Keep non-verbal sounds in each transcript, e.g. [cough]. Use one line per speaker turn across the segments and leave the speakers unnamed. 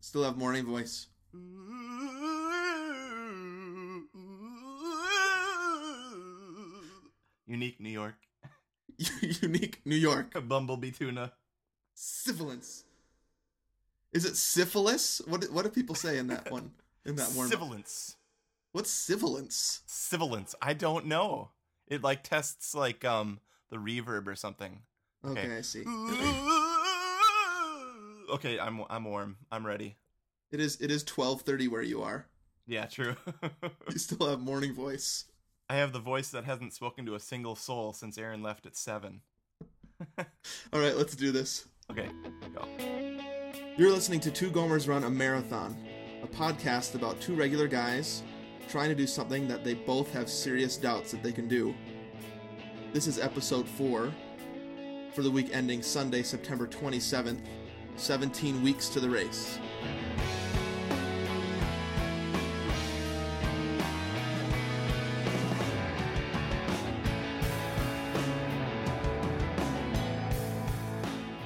Still have morning voice. [laughs]
Unique New York.
Unique New York.
Bumblebee tuna.
Syphilis. Is it syphilis? What do- what do people say in that one? In that warm up?
Sibilance.
What's syphilis?
Sibilance. I don't know. It like tests like um the reverb or something.
Okay,
Okay.
I see.
okay, I'm I'm warm. I'm ready.
It is it is twelve thirty where you are.
Yeah, true. [laughs]
You still have morning voice.
I have the voice that hasn't spoken to a single soul since Aaron left at seven.
All right, let's do this.
Okay, go.
You're listening to Two Gomers Run a Marathon, a podcast about two regular guys trying to do something that they both have serious doubts that they can do. This is episode 4 for the week ending Sunday, September 27th, 17 weeks to the race.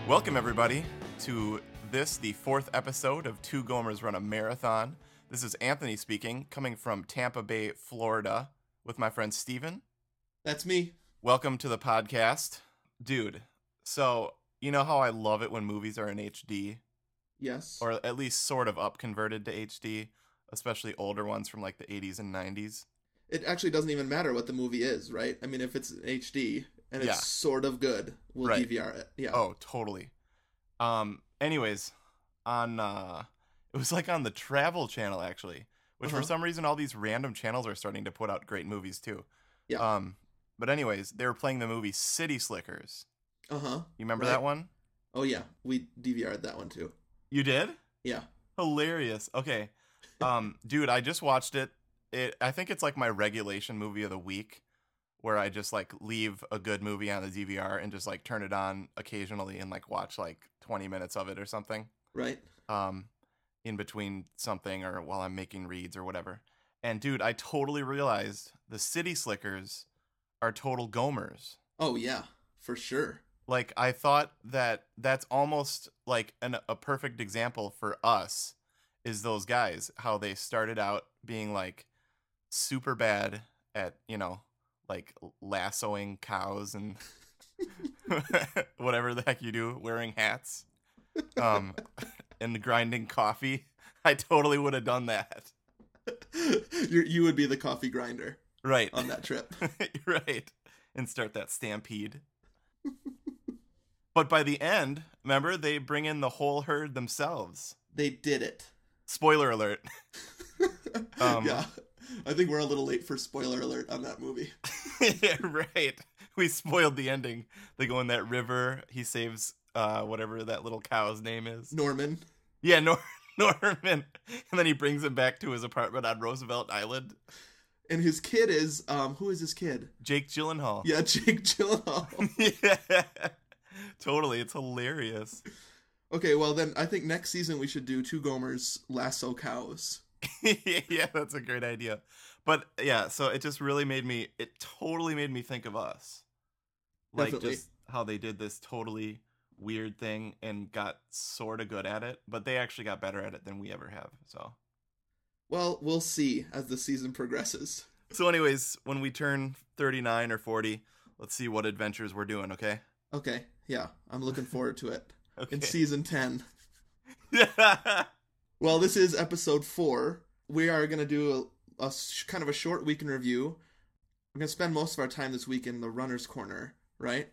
Welcome, everybody, to this, the fourth episode of Two Gomers Run a Marathon. This is Anthony speaking, coming from Tampa Bay, Florida, with my friend Steven.
That's me.
Welcome to the podcast. Dude, so you know how I love it when movies are in HD,
Yes.
or at least sort of up converted to HD, especially older ones from like the 80s and 90s?
It actually doesn't even matter what the movie is, right? I mean, if it's in HD and it's
Yeah.
sort of good, we'll
Right.
DVR it. Yeah.
Oh, totally. Um. Anyways, on uh, it was like on the Travel Channel actually, which for
Uh-huh.
some reason all these random channels are starting to put out great movies too.
Yeah.
Um. But anyways, they were playing the movie City Slickers.
Uh-huh.
You remember
Right.
that one?
Oh yeah, we DVR'd that one too.
You did?
Yeah.
Hilarious. Okay. Um, dude, I just watched it. It. I think it's like my regulation movie of the week, where I just like leave a good movie on the DVR and just like turn it on occasionally and like watch like twenty minutes of it or something.
Right?
um, in between something or while I'm making reads or whatever. And dude, I totally realized the city slickers are total gomers.
Oh yeah, for sure.
Like I thought that that's almost like an, a perfect example for us is those guys how they started out being like super bad at you know like lassoing cows and [laughs] whatever the heck you do wearing hats um [laughs] and grinding coffee [laughs] i totally would have done that
[laughs] you you would be the coffee grinder
right
on that
[laughs]
trip.
right. And start that stampede. [laughs] but by the end, remember, they bring in the whole herd themselves.
They did it. [laughs]
Spoiler alert. [laughs] Um.
yeah, I think we're a little late for spoiler alert on that movie.
yeah, right. We spoiled the ending. They go in that river. He saves uh, whatever that little cow's name is.
Norman.
Yeah, Nor- [laughs] Norman. And then he brings him back to his apartment on Roosevelt Island.
And his kid is um who is his kid?
Jake Gyllenhaal.
Yeah, Jake Gyllenhaal.
[laughs] yeah. Totally. It's hilarious.
okay, well then I think next season we should do two Gomers lasso cows.
[laughs] yeah, that's a great idea. But yeah, so it just really made me it totally made me think of us. Like
Definitely.
just how they did this totally weird thing and got sort of good at it, but they actually got better at it than we ever have. So
Well, we'll see as the season progresses.
So anyways, when we turn 39 or 40, let's see what adventures we're doing, okay? [laughs]
Okay, yeah, I'm looking forward to it
Okay.
in season ten.
[laughs] yeah.
Well, this is episode four. We are going to do a, a sh- kind of a short week in review. We're going to spend most of our time this week in the runner's corner, right?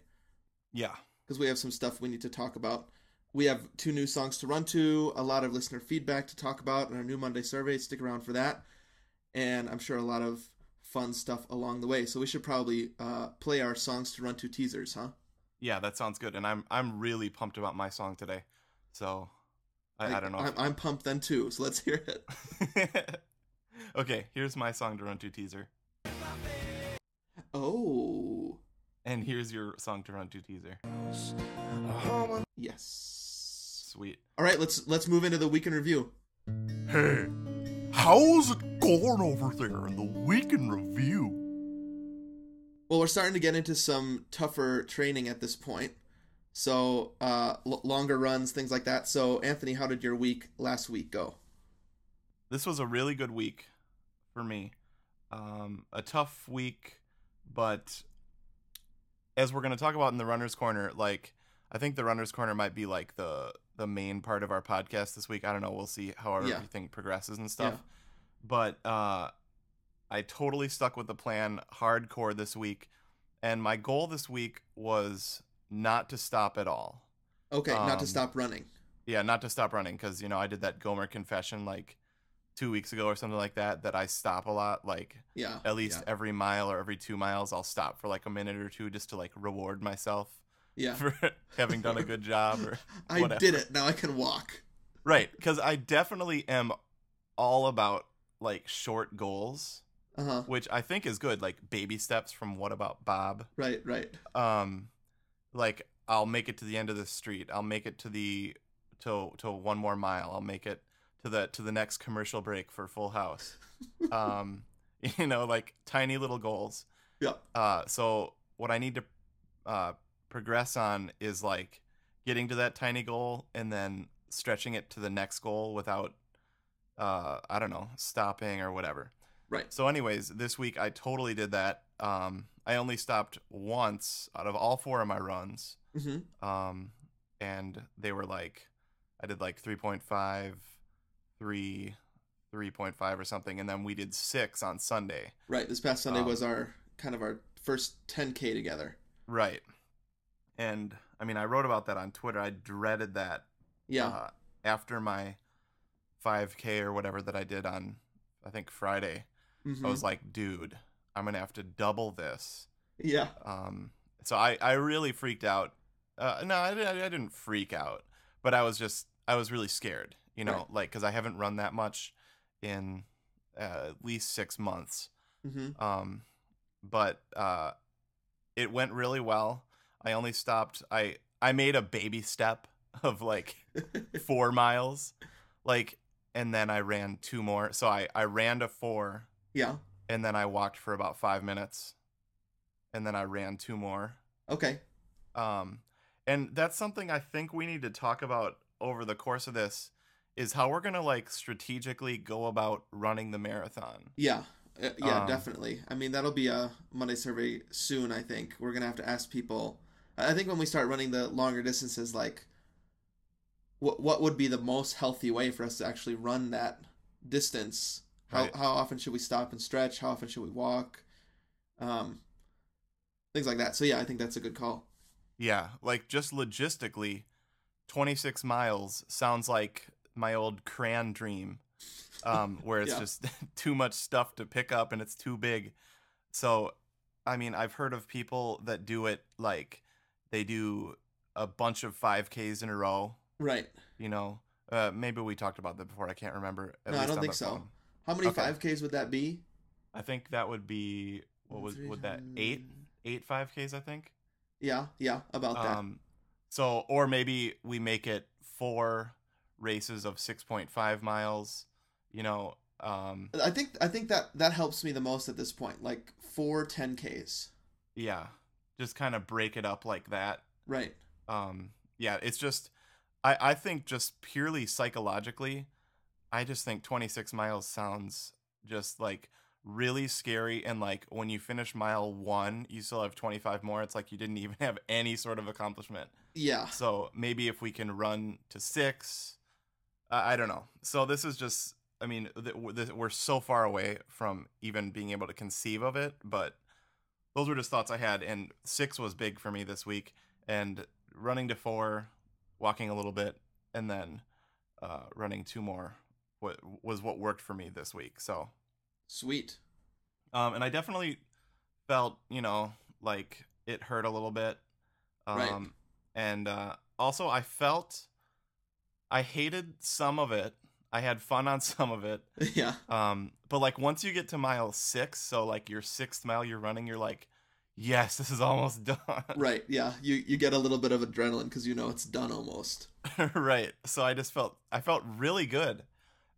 Yeah.
Because we have some stuff we need to talk about. We have two new songs to run to, a lot of listener feedback to talk about, and our new Monday survey. Stick around for that. And I'm sure a lot of fun stuff along the way. So we should probably uh, play our songs to run to teasers, huh?
Yeah, that sounds good. And I'm I'm really pumped about my song today. So I, I don't know. if
I'm, I'm pumped then too, so let's hear it. [laughs]
[laughs] okay, here's my song to run to teaser.
Oh,
And here's your song to run to teaser.
yes.
Sweet.
All right, let's let's move into the weekend review.
Hey, how's it going over there in the weekend review?
Well, we're starting to get into some tougher training at this point. So uh, l- longer runs, things like that. So Anthony, how did your week last week go?
This was a really good week for me. Um, a tough week, but as we're going to talk about in the runner's corner, like I think the runner's corner might be like the the main part of our podcast this week. I don't know. We'll see how
Yeah.
everything progresses and stuff.
Yeah.
But uh, I totally stuck with the plan hardcore this week, and my goal this week was not to stop at all.
Okay, not to
Um,
stop running.
Yeah, not to stop running because you know I did that Gomer confession like two weeks ago or something like that. That I stop a lot, like
Yeah.
at least every mile or every two miles, I'll stop for like a minute or two just to like reward myself [laughs]
Yeah.
for having done a good job. Or
[laughs] I
whatever.
did it. Now I can walk.
right, because I definitely am all about like short goals,
Uh huh.
which I think is good, like baby steps from What About Bob.
Right. Right. [laughs]
um like i'll make it to the end of the street i'll make it to the to to one more mile i'll make it to the to the next commercial break for full house
[laughs]
um [laughs] you know like tiny little goals
Yeah.
uh so what i need to uh progress on is like getting to that tiny goal and then stretching it to the next goal without uh i don't know stopping or whatever
Right.
so, anyways, this week I totally did that. Um, I only stopped once out of all four of my runs,
hmm
um, and they were like, I did like 3.5, 3, 3.5 or something, and then we did six on Sunday.
Right. This past Sunday
Um,
was our kind of our first 10k together.
Right. And I mean, I wrote about that on Twitter. I dreaded that
Yeah.
uh, after my 5K or whatever that I did on, I think Friday.
Mhm.
I was like, dude, I'm going to have to double this.
yeah.
Um, so I, I really freaked out. Uh, no, I, di- I didn't freak out, but I was just, I was really scared, you know,
Right.
like 'cause like, cause I haven't run that much in uh, at least six months.
hmm
Um, but, uh, it went really well. I only stopped, I, I made a baby step of like four miles, like, and then I ran two more. So I, I ran to four
yeah.
and then I walked for about five minutes and then I ran two more
Okay.
um, and that's something I think we need to talk about over the course of this is how we're gonna like strategically go about running the marathon.
Yeah. Uh, yeah.
Um,
definitely. I mean, that'll be a Monday survey soon. I think we're gonna have to ask people. I I think when we start running the longer distances, like, what what would be the most healthy way for us to actually run that distance? How
Right.
how often should we stop and stretch? How often should we walk? Um, things like that. So yeah, I think that's a good call.
Yeah, like just logistically, 26 miles sounds like my old crayon dream, um, where it's
Yeah.
just [laughs] too much stuff to pick up and it's too big. So, I mean, I've heard of people that do it like they do a bunch of 5Ks in a row
Right.
you know uh, maybe we talked about that before i can't remember at
No, I
least
don't
on
think
the
so.
phone.
How many
Okay.
five Ks would that be?
i think that would be what was would that eight eight five ks i think
Yeah, yeah, about that.
um so or maybe we make it four races of 6.5 miles you know um
I think I think that that helps me the most at this point. Like four 10Ks.
yeah just kind of break it up like that
Right.
um yeah it's just i i think just purely psychologically i just think 26 miles sounds just like really scary and like when you finish mile one you still have 25 more it's like you didn't [laughs] even have any sort of accomplishment
Yeah.
so maybe if we can run to six i, I don't know so this is just i mean th- w- th- we're so far away from even being able to conceive of it but those were just thoughts i had and six was big for me this week and running to four walking a little bit and then uh, running two more wa- was what worked for me this week so
Sweet.
um, and I definitely felt, you know, like it hurt a little bit. Um,
Right.
And uh, also, I felt I hated some of it. I had fun on [laughs] some of it.
[laughs] yeah.
Um, but like once you get to mile six, so like your sixth mile you're running, you're like, yes, this is almost [laughs] done.
Right. Yeah. You you get a little bit of adrenaline because you know it's done almost.
right. So I just felt I felt really good,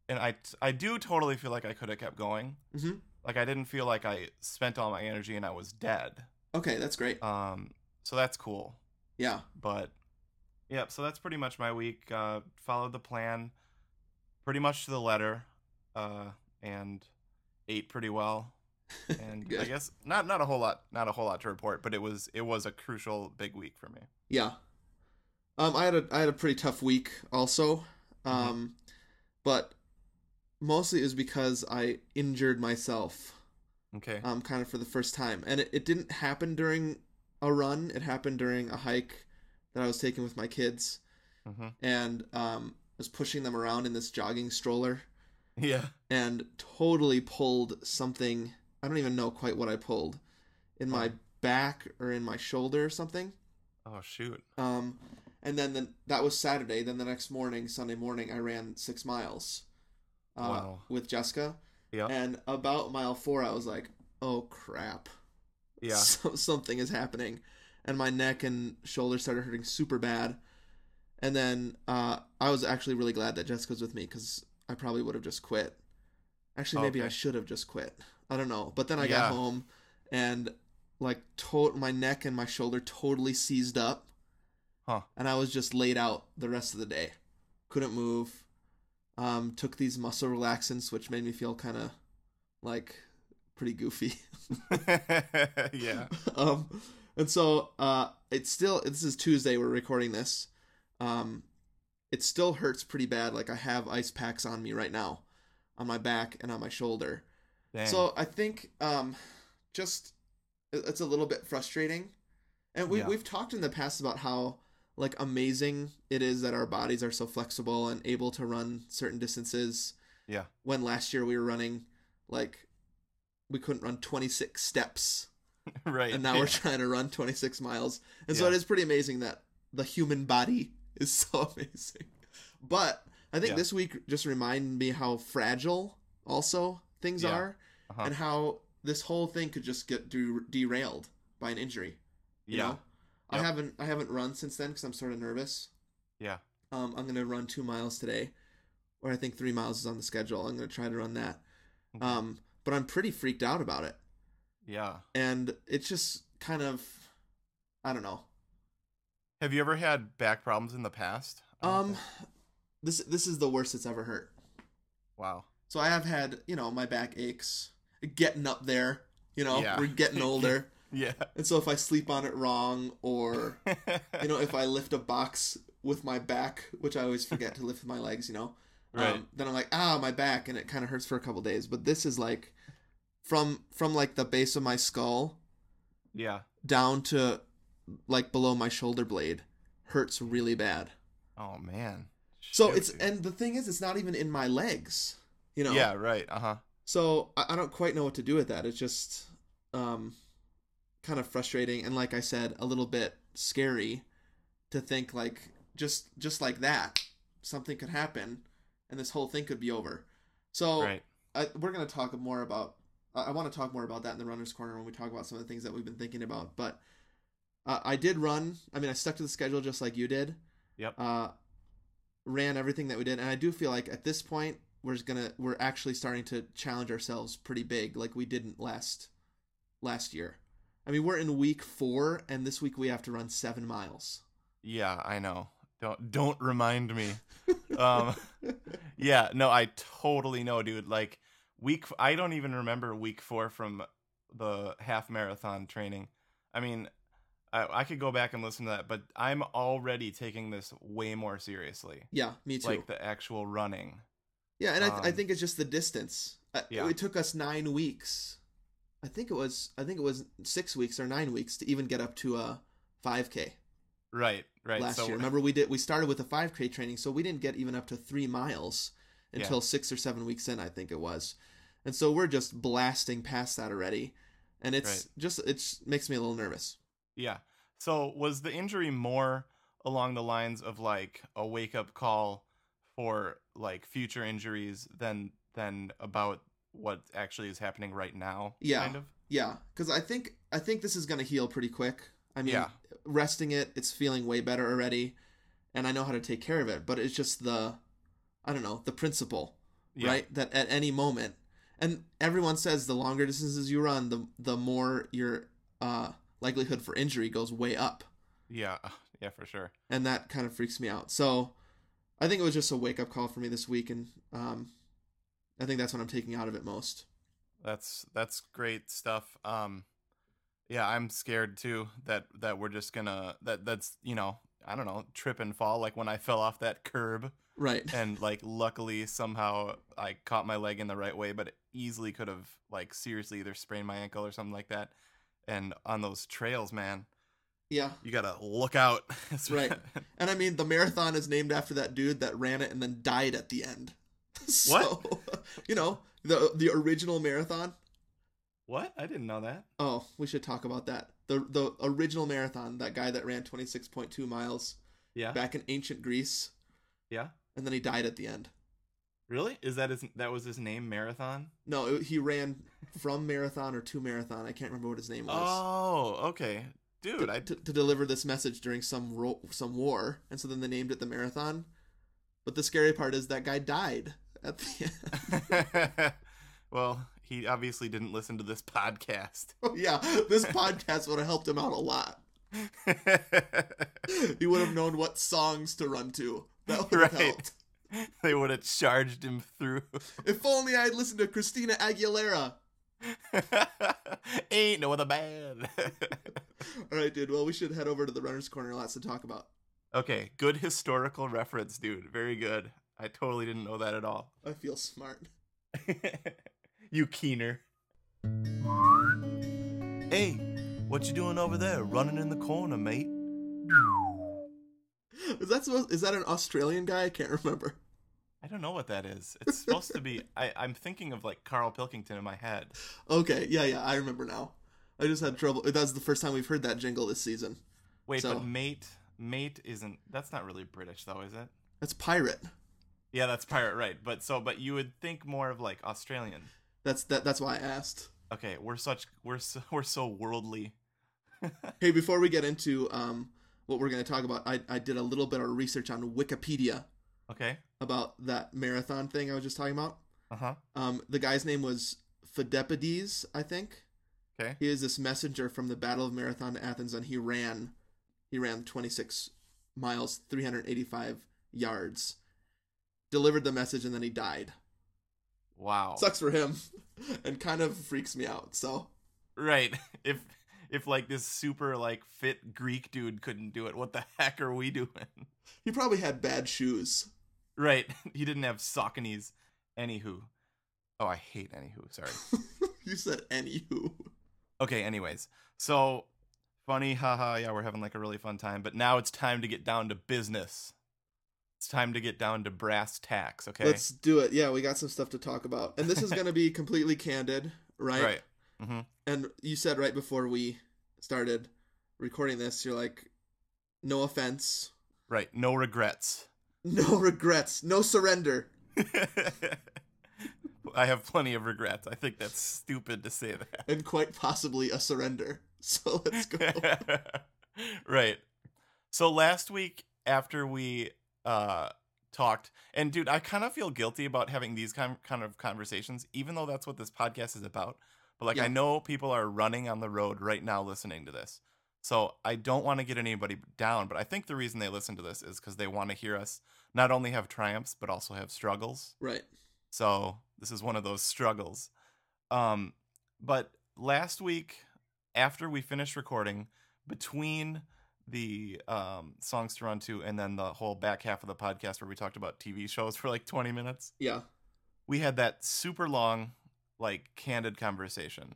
and I I do totally feel like I could have kept going.
Mhm.
Like I didn't feel like I spent all my energy and I was dead. Uh.
Okay, that's great.
Um, so that's cool.
Yeah.
But Yep. So that's pretty much my week. Uh, followed the plan pretty much to the letter, uh, and ate
[laughs]
pretty well. And I
Good.
guess not not a whole lot not a whole lot to report, but it was it was a crucial big week for me.
Yeah. Um, I had a I had a pretty tough week also, um, but mostly it was because I injured myself,
Okay.
um, kind of for the first time, and it, it didn't happen during a run. It happened during a hike that I was taking with my kids,
hmm
and um, I was pushing them around in this jogging stroller,
Yeah.
and totally pulled something. I don't even know quite what I pulled, in my back or in my shoulder or something.
Oh shoot.
Um, and then the, that was Saturday. Then the next morning, Sunday morning, I ran six miles uh,
Wow. Uh.
with Jessica.
Yeah.
And about mile four, I was like, oh crap. [laughs]
Yeah.
So, something is happening. And my neck and shoulder started hurting super bad. And then uh, I was actually really glad that Jessica was with me because I probably would have just quit. Actually, maybe
Okay.
I should have just quit. I don't know. But then I
Yeah.
got home and like to- my neck and my shoulder totally seized up.
Huh.
And I was just laid out the rest of the day. Couldn't move. Um, took these muscle relaxants, which made me feel kind of like pretty goofy.
[laughs]
[laughs]
yeah.
um, and so uh, it's still this is Tuesday we're recording this. Um, it still hurts pretty bad. Like I have ice packs on me right now, on my back and on my shoulder.
Dang.
So I think um, just it- it's a little bit frustrating. And we
Yeah.
we've talked in the past about how like amazing it is that our bodies are so flexible and able to run certain distances.
Yeah.
When last year we were running like we couldn't run 26 steps
[laughs] right.
and now
[laughs] yeah.
we're trying to run 26 miles. And so
Yeah.
it is pretty amazing that the human body [laughs] is so amazing. But I think
Yeah.
this week just reminded me how fragile also things
Yeah.
are
Uh-huh.
and how this whole thing could just get der- derailed by an injury, you
yeah.
know? I
Yep.
haven't I haven't run since then cuz I'm sort of nervous.
Yeah.
Um, I'm going to run 2 miles today or I think 3 miles is on the schedule. I'm going to try to run that.
Okay.
Um, but I'm pretty freaked out about it
Yeah.
and it's just kind of i don't know
Have you ever had back problems in the past? I don't
um
think-
this this is the worst it's ever hurt
Wow. [laughs]
so i have had you know my back aches getting up there you know
Yeah.
we're
[laughs]
getting older
Yeah.
and so if i sleep on it wrong or you
you
know if i lift a box with my back which i always forget to lift with my legs you know
Right.
um, then i'm like ah my back and it kind of hurts for a couple days but this is like from from like the base of my skull
yeah.
down to like below my shoulder blade hurts really bad
Oh man.
So
Shoot,
it's
dude.
and the thing is, it's not even in my legs, you know.
yeah. Right. Uh huh.
So I, I don't quite know what to do with that. It's just, um, kind of frustrating and like I said, a little bit scary to think like just just like that something could happen and this whole thing could be over. So
Right.
I, we're gonna talk more about. I, I want to talk more about that in the runners corner when we talk about some of the things that we've been thinking about. But uh, I did run. I mean, I stuck to the schedule just like you did.
Yep.
Uh, ran everything that we did, and I do feel like at this point we're just gonna we're actually starting to challenge ourselves pretty big, like we didn't last last year. I mean, we're in week four, and this week we have to run seven
[laughs]
miles.
Yeah. I know. Don't don't remind me. [laughs] um. Yeah. No. I totally know, dude. Like week. I don't even remember week four from the half marathon training. I mean, I, I could go back and listen to that, but I'm already taking this way more seriously.
Yeah, me too.
Like the actual running.
Yeah, and I, th- I
Um,
think it's just the distance. Uh,
yeah.
It took us nine weeks. I think it was I think it was six weeks or nine weeks to even get up to a 5K
Right. Right.
last
so
year. Remember we did we started with a 5K training, so we didn't get even up to three miles
Yeah.
until six or seven weeks in, I think it was. And so we're just blasting past that already, and it's just it makes me a little nervous.
Yeah. So was the injury more along the lines of like a wake up call for like future injuries than than about what actually is happening right now?
Yeah.
Kind of.
Yeah, because I think I think this is gonna heal pretty quick. I mean,
Yeah.
resting it, it's feeling way better already, and I know how to take care of it. But it's just the, I don't know, the principle,
Yeah.
right? That at any moment, and everyone says the longer distances you run, the the more your uh, likelihood for injury goes way up.
Yeah. [laughs] Yeah, for sure.
and that kind of freaks me out. So I think it was just a wake up call for me this week, and um, I think that's what I'm taking out of it most.
That's that's great stuff. Um yeah, I'm scared too that that we're just gonna that that's, you know, I don't know, trip and fall like when I fell off that curb
Right. [laughs]
and like luckily somehow I caught my leg in the right way, but it easily could have like seriously either sprained my ankle or something like that. And on those trails, man,
Yeah.
you gotta look out. [laughs] It's-
Right. And I mean, the marathon is named after that dude that ran it and then died at the end. [laughs] so, [laughs] you know, the the original marathon.
what? I didn't know that.
Oh, we should talk about that. The the original marathon, that guy that ran 26.2 miles
Yeah.
back in ancient Greece,
Yeah.
and then he died at the end.
Really? Is that his? That was his name? Marathon.
No, it, he ran from marathon or to marathon. I can't remember what his name was.
Oh, okay, dude.
to,
I
[laughs] to, to deliver this message during some ro- some war, and so then they named it the marathon. But the scary part is that guy died at the [laughs] end.
[laughs] well, he obviously didn't listen to this [laughs] podcast.
Oh, [laughs] yeah, this podcast would have helped him out a lot. He would have known what songs to run to. That would have
Right.
helped.
they would have charged him through.
If only I had listened to Christina Aguilera.
[laughs] Ain't no other man. [laughs]
All right, dude. Well, we should head over to the runner's corner. Lots to talk about.
okay, good historical reference, dude. Very good. I totally didn't know that at all.
I feel smart.
[laughs] you keener. Hey, what you doing over there, running in the corner, mate?
Is that supposed, is that an Australian guy? I can't remember.
I don't know what that is. It's supposed to [laughs] be. I, I'm thinking of like Carl Pilkington in my head.
Okay, yeah, yeah, I remember now. I just had trouble. That's the first time we've heard that jingle this season.
Wait,
So-
but mate, mate isn't. That's not really British though, is it?
That's pirate.
Yeah, that's pirate, right? But so, but you would think more of like Australian.
That's that. That's why I asked.
Okay, we're such we're so, [laughs] we're so worldly.
Hey, before we get into um, what we're going to talk about, I, I did a little bit of research on Wikipedia
Okay.
about that marathon thing I was just talking about.
Uh huh.
Um, the guy's name was Phedepides, I think.
Okay.
He is this messenger from the Battle of Marathon to Athens, and he ran, he ran 26 miles, 385 yards, delivered the message, and then he died.
Wow.
Sucks for him, [laughs] and kind of freaks me out. So
Right. [laughs] If if like this super like fit Greek dude couldn't do it, what the [laughs] heck are we doing?
he probably had bad shoes. [laughs]
Right. [laughs] He didn't have Sauconies. Anywho. Oh, I hate anywho. Sorry.
you said anywho.
Okay, anyways. So funny, haha, yeah, we're having like a really fun time, but now it's time to get down to business. It's time to get down to brass tacks, okay?
Let's do it. Yeah, we got some stuff to talk about. And this is going to be completely candid, right?
[laughs] right. Mhm.
And you said right before we started recording this, you're like, no offense, [laughs]
Right. No regrets.
no regrets, no surrender.
[laughs] I have plenty of regrets. I think that's stupid to say
And quite possibly a surrender. [laughs] So let's go.
[laughs] that. right. So last week after we uh talked and dude, I kind of feel guilty about having these kind kind of conversations even though that's what this podcast is about. But like
Yeah.
I know people are running on the road right now listening to this. So I don't want to get anybody down, but I think the reason they listen to this is cuz they want to hear us not only have triumphs but also have struggles.
right.
So this is one of those struggles. Um, but last week, after we finished recording, between the um, songs to run to and then the whole back half of the podcast where we talked about TV shows [laughs] for like 20 minutes,
Yeah.
we had that super long, like candid conversation.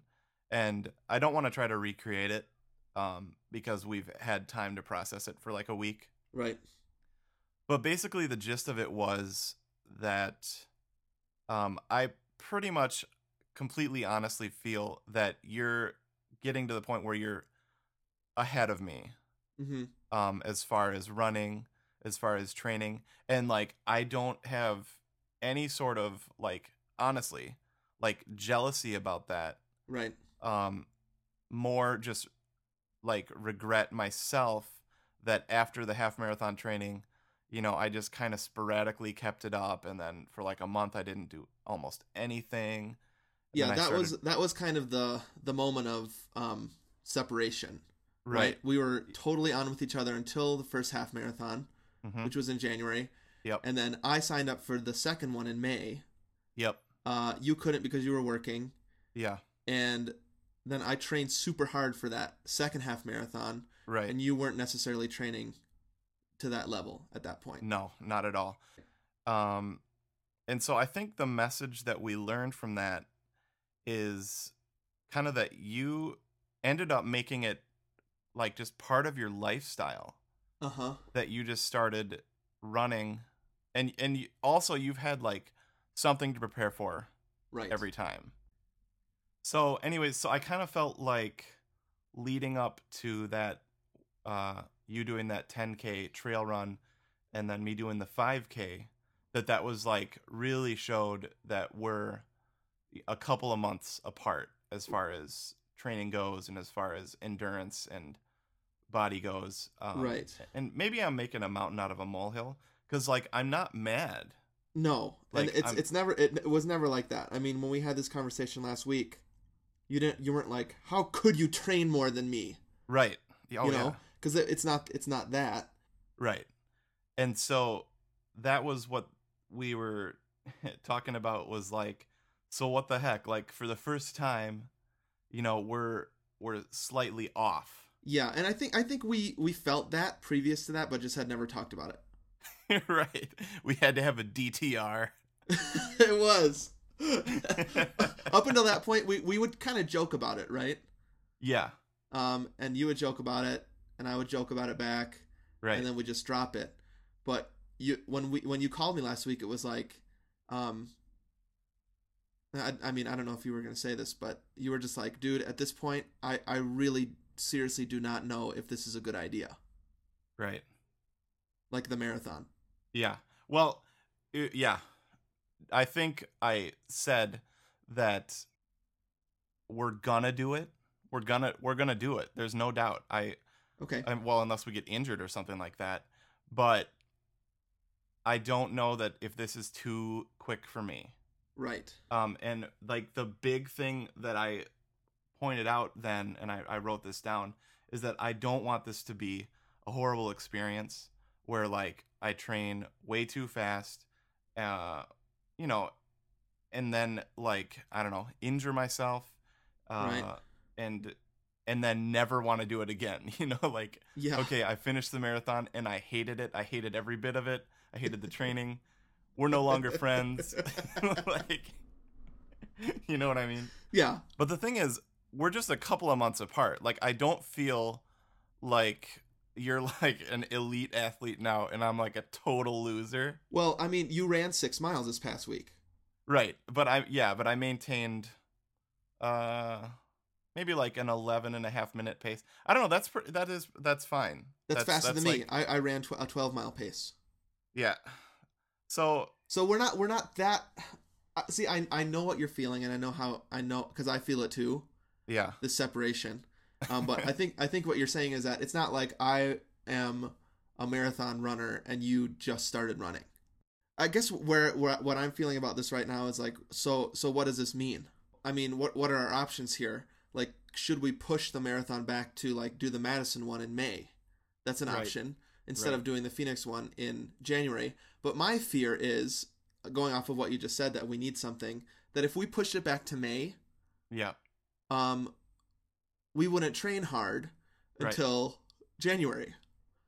And I don't want to try to recreate it um, because we've had time to process it for like a week.
Right.
But basically, the gist of it was that um, I pretty much completely honestly feel that you're getting to the point where you're ahead of me
Mm-hmm.
um, as far as running, as far as training. And like, I don't have any sort of like, honestly, like jealousy about that
Right.
um more just like regret myself that after the half marathon training you know i just kind of sporadically kept it up and then for like a month i didn't do almost anything
Yeah,
then I
that was that was kind of the the moment of um separation right? We were totally on with each other until the first half marathon,
hmm
which was in January.
Yep.
And then I signed up for the second one in May.
Yep.
Uh, you couldn't because you were working.
Yeah.
And then I trained super hard for that second half marathon,
Right.
and you weren't necessarily training to that level at that point.
No, not at all. Um, and so I think the message that we learned from that is kind of that you ended up making it like just part of your lifestyle
Uh huh.
that you just started running and and you, also you've had like something to prepare for
Right.
every time. So, anyways, so I kind of felt like leading up to that, uh, you doing that 10K trail run and then me doing the 5K, that that was like really showed that we're a couple of months apart as far as training goes and as far as endurance and body goes. Um,
Right.
And maybe I'm making a mountain out of a molehill because, like, I'm not mad.
No,
Like,
and it's
I'm-
it's never it, it was never like that. I mean, when we had this conversation last week, you didn't you weren't like, "How could you train more than me?"
Right. Yeah, Oh,
you
yeah.
know, because it, it's not it's not that.
Right. And so that was what we were [laughs] talking about was like so what the heck like for the first time you know we're we're slightly off [laughs]
Yeah, and I think I think we we felt that previous to that, but just had never talked about it. [laughs]
right we had to have a DTR
it was [laughs] up until that point, we we would kind of joke about it, right?
[laughs] yeah
Um, and you would joke about it, and I would joke about it back,
right
and then we just drop it. But you when we when you called me last week, it was like, um, I, I mean I don't know if you were gonna say this, but you were just like, dude, at this point, I I really seriously do not know if this is a good idea,
right
like the marathon.
Yeah. Well, i- yeah. I think I said that we're gonna do it. We're gonna we're gonna do it. There's no doubt. I,
Okay,
I well, unless we get injured or something like that, but I don't know that if this is too quick for me.
right,
Um, and like the big thing that I pointed out then, and I, I wrote this down, is that I don't want this to be a horrible experience where like I train way too fast, uh, you know, and then like I don't know, injure myself, uh,
Right.
and and then never want to do it again. [laughs] You know, like
yeah,
okay, I finished the marathon and I hated it. I hated every bit of it. I hated the training. We're
[laughs]
no longer friends. [laughs] like, you know what I mean?
yeah,
But the thing is, we're just a couple of months apart. Like, I don't feel like you're [laughs] like an elite athlete now and I'm like a total loser.
Well, I mean, you ran six miles this past week.
Right. But I, yeah, but I maintained, uh, maybe like an 11 and a half minute pace. I don't know. That's, pr- that is, that's fine.
That's, faster than
like-
me. I, I ran tw- a twelve mile pace.
Yeah. So
So we're not we're not that. [sighs] uh, See, I I know what you're feeling, and I know how I know because I feel it too.
yeah,
The separation. Um, but I think I think what you're saying is that it's not like I am a marathon runner and you just started running. I guess where, where what I'm feeling about this right now is like so so what does this mean? I mean, what what are our options here? Like should we push the marathon back to like do the Madison one in May? That's an
Right.
option instead
Right.
of doing the Phoenix one in January. But my fear is going off of what you just said that we need something that if we pushed it back to May,
yeah,
um we wouldn't train hard
Right.
until January.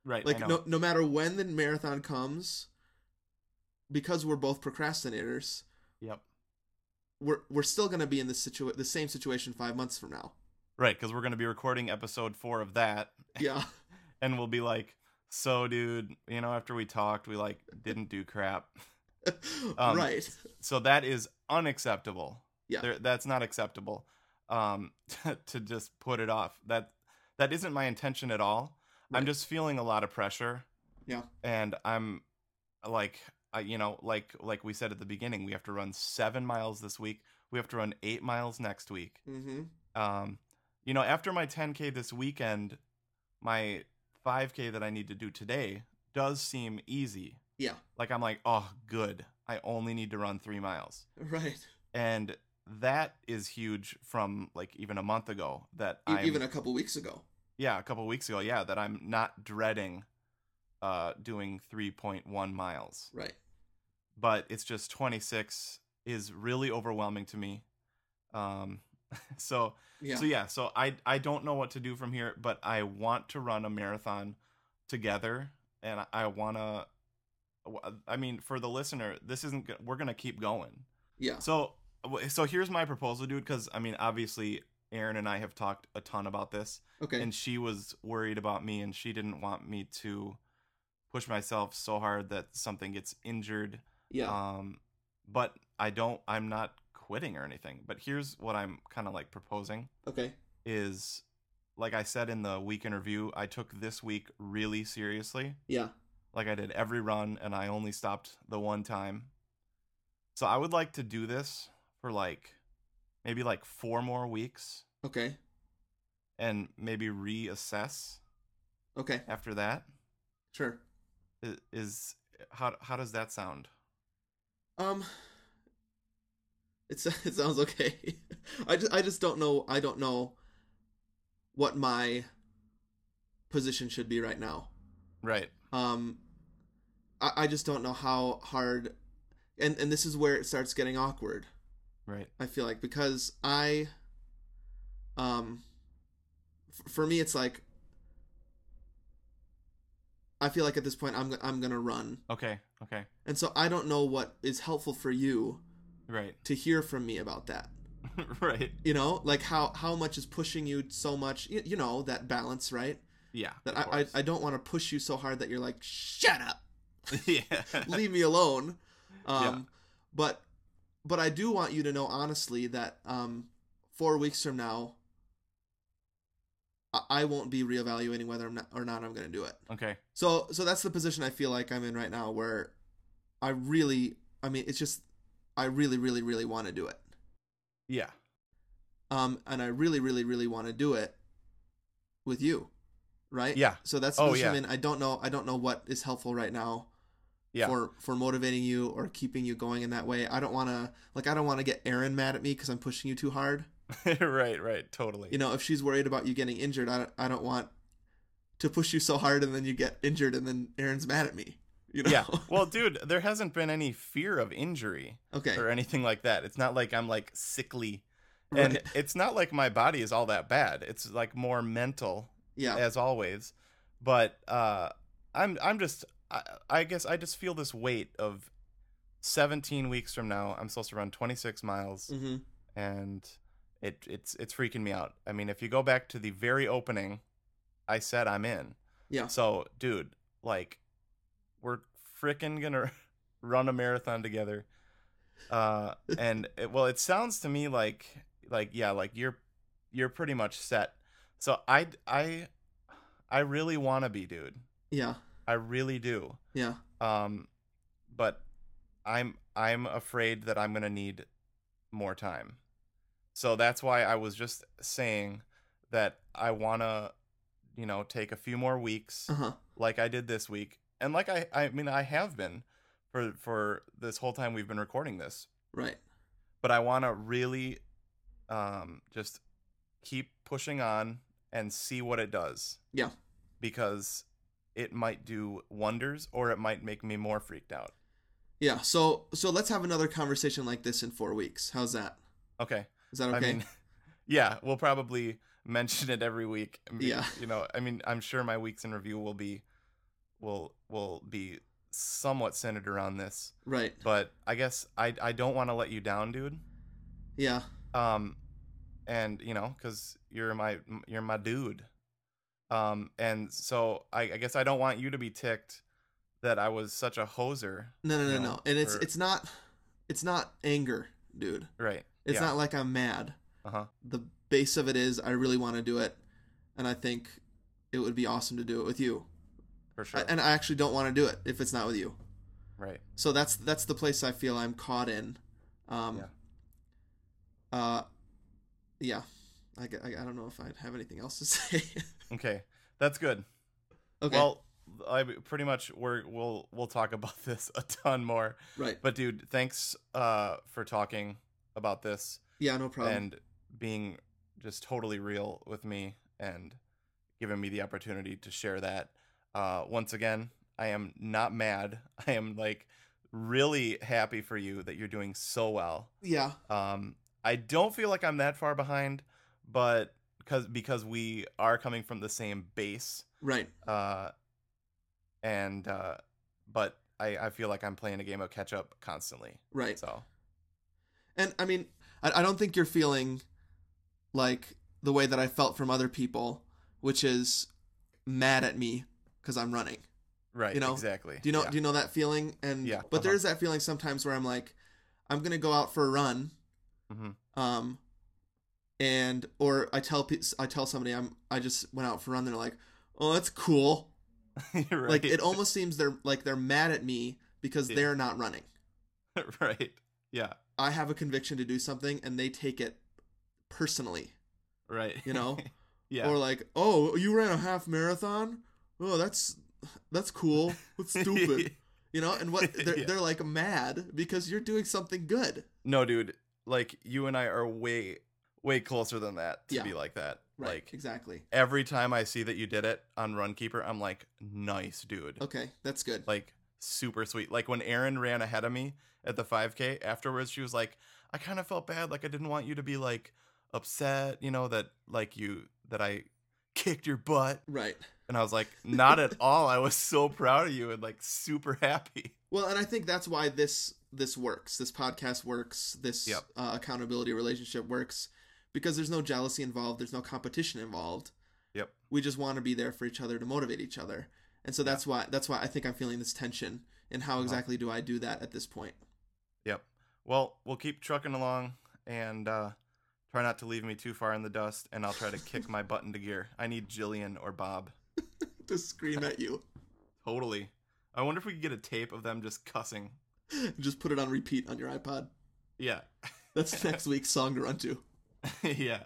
right. I
Like
know.
no no matter when the marathon comes, because we're both procrastinators,
Yep.
we're we're still gonna be in this situa- the same situation five months from
[laughs]
now.
Right, because we're gonna be recording episode four of that,
Yeah.
and we'll be like, "So, dude, you know, after we talked, we like didn't do crap. Um,
[laughs] right.
So that is unacceptable.
Yeah.
There, that's not acceptable. Um, [laughs] to just put it off. That that isn't my intention at all. I'm
Right.
just feeling a lot of pressure.
Yeah.
And I'm like, I, you know, like like we said at the beginning, we have to run seven miles this week. We have to run eight miles next week.
Mm-hmm.
um you know after my 10k this weekend my 5k that i need to do today does seem easy
Yeah.
like i'm like oh good i only need to run three miles
Right. E-,
and that is huge from like even a month ago that
E-
i
even a couple weeks ago.
yeah, a couple weeks ago, yeah, that I'm not dreading uh doing 3.1 miles.
Right.
But it's just 26 is really overwhelming to me. Um [laughs] so
Yeah.
so yeah, so I I don't know what to do from here, but I want to run a marathon together, and I, I wanna. I mean, for the listener, this isn't. go- We're gonna keep going.
yeah.
So w- so here's my proposal, dude. Because I mean, obviously, Aaron and I have talked a ton about this,
Okay.
and she was worried about me, and she didn't want me to push myself so hard that something gets injured
yeah.
um, but I don't. I'm not quitting or anything. But here's what I'm kind of like proposing
okay.
is, like I said in the week in review, I took this week really seriously.
Yeah.
Like I did every run, and I only stopped the one time. So I would like to do this for like, maybe like four more weeks,
Okay.
and maybe reassess
Okay.
after that.
Sure.
I- Is how how does that sound?
Um. It's [laughs] it sounds okay. [laughs] I just I just don't know I don't know what my position should be right now.
Right.
Um, I I just don't know how hard, and and this is where it starts getting awkward.
Right.
I feel like because I, um, f- for me it's like I feel like at this point I'm go- I'm gonna run,
Okay. Okay.
and so I don't know what is helpful for you
Right. [laughs]
to hear from me about that.
right.
You know, like how how much is pushing you so much? You, you know that balance, right?
Yeah.
That
of
I, I
course.
I don't want to push you so hard that you're like shut up,
[laughs] yeah.
leave me alone. Um,
[laughs] Yeah.
but but I do want you to know honestly that um, four weeks from now, I, I won't be reevaluating whether I'm not, or not I'm going to do it.
okay.
So so that's the position I feel like I'm in right now, where I really, I mean, it's just I really, really, really want to do it,
Yeah.
um, and I really, really, really want to do it with you, right?
Yeah.
So that's the
Oh,
position
yeah.
I'm in. I don't know. I don't know what is helpful right now.
Yeah.
for for motivating you or keeping you going in that way. I don't want to like I don't want to get Erin mad at me because I'm pushing you too hard.
[laughs] right. Right. Totally.
You know, if she's worried about you getting injured, I don't, I don't want to push you so hard and then you get injured and then Erin's mad at me. You know?
yeah. Well, dude, there hasn't been any fear of injury
[laughs] okay.
or anything like that. It's not like I'm like sickly, and
Right.
it's not like my body is all that bad. It's like more mental,
Yeah.
as always. But uh, I'm I'm just I, I guess I just feel this weight of 17 weeks from now. I'm supposed to run 26 miles.
Mm-hmm.
and it it's it's freaking me out. I mean, if you go back to the very opening, I said I'm in.
Yeah.
So, dude, like, we're freaking gonna [laughs] run a marathon together. Uh, and it, well, it sounds to me like like yeah, like you're you're pretty much set. So I I I really wanna be, dude.
Yeah.
I really do
Yeah.
um but i'm i'm afraid that i'm gonna need more time so that's why i was just saying that i wanna you know take a few more weeks
Uh huh.
like i did this week and like i i mean i have been for for this whole time we've been recording this
Right.
but i wanna really um just keep pushing on and see what it does
Yeah.
because it might do wonders or it might make me more freaked out
Yeah. So so let's have another conversation like this in four weeks. How's that?
okay
Is that okay?
I mean, [laughs] yeah, we'll probably mention it every week. I mean,
Yeah.
you know, I mean, I'm sure my weeks in review will be will will be somewhat centered around this,
right.
but I guess I I don't want to let you down, dude.
Yeah.
Um, and you know, cause you're my you're my dude. Um, and so I, I guess I don't want you to be ticked that I was such a hoser,
No. No. No.
You
No.
know,
And it's
or-
it's not it's not anger, dude.
right?
It's
yeah.
not like I'm mad.
Uh huh.
the base of it is I really want to do it, and I think it would be awesome to do it with you.
For sure.
I, and I actually don't want to do it if it's not with you.
right.
So that's that's the place I feel I'm caught in. Um, yeah. Uh, yeah. I, gu- I, I don't know if I'd have anything else to [laughs] say.
Okay. That's good.
okay.
Well, I pretty much we're, we'll we'll talk about [laughs] this a ton more.
right.
But dude, thanks uh for talking about this
Yeah. No problem.
and being just totally real with me and giving me the opportunity to share that. Uh, once again, I am not mad. [laughs] I am like really happy for you that you're doing so well.
Yeah.
Um, I don't feel like I'm that far behind, but because because we are coming from the same base,
Right.
uh, and uh, but I, I feel like I'm playing a game of catch up constantly.
Right.
So
And I mean, I, I don't think you're feeling like the way that I felt from other people, which is mad at me because I'm running.
right,
You know,
exactly.
Do you know?
Yeah.
Do you know that feeling? And
Yeah,
But
uh-huh.
there's that feeling sometimes where I'm like, I'm gonna go out for a run,
Mhm.
um, and or I tell pe- I tell somebody I'm I just went out for a run. They're like, oh, that's cool.
You're [laughs] right.
Like it almost seems they're like they're mad at me because
Yeah.
they're not running.
right. Yeah.
I have a conviction to do something, and they take it personally.
Right.
You know?
[laughs] yeah.
Or like, oh, you ran a half marathon? Oh, that's that's cool.
[laughs]
That's stupid. you know, and what they're,
Yeah.
they're like mad because you're doing something good.
no, dude. Like you and I are way, way closer than that to
Yeah.
be like that.
Right.
Like
exactly.
every time I see that you did it on Runkeeper, I'm like, nice, dude.
Okay, that's good.
Like super sweet. Like when Erin ran ahead of me at the 5K afterwards, she was like, I kind of felt bad. Like I didn't want you to be like upset. You know that like you that I [laughs] kicked your butt.
right.
And I was like, not at all. I was so proud of you and like super happy.
Well, and I think that's why this this works. This podcast works. This
Yep.
uh, accountability relationship works because there's no jealousy involved. There's no competition involved.
Yep.
We just want to be there for each other to motivate each other, and so that's why that's why I think I'm feeling this tension. And how
Uh-huh.
exactly do I do that at this point?
Yep. Well, we'll keep trucking along and uh, try not to leave me too far in the dust. And I'll try to kick my butt into gear. I need Jillian or Bob.
to scream at you.
Totally. I wonder if we could get a tape of them just cussing.
Just put it on repeat on your iPod.
Yeah.
That's next week's song to run to.
[laughs] yeah.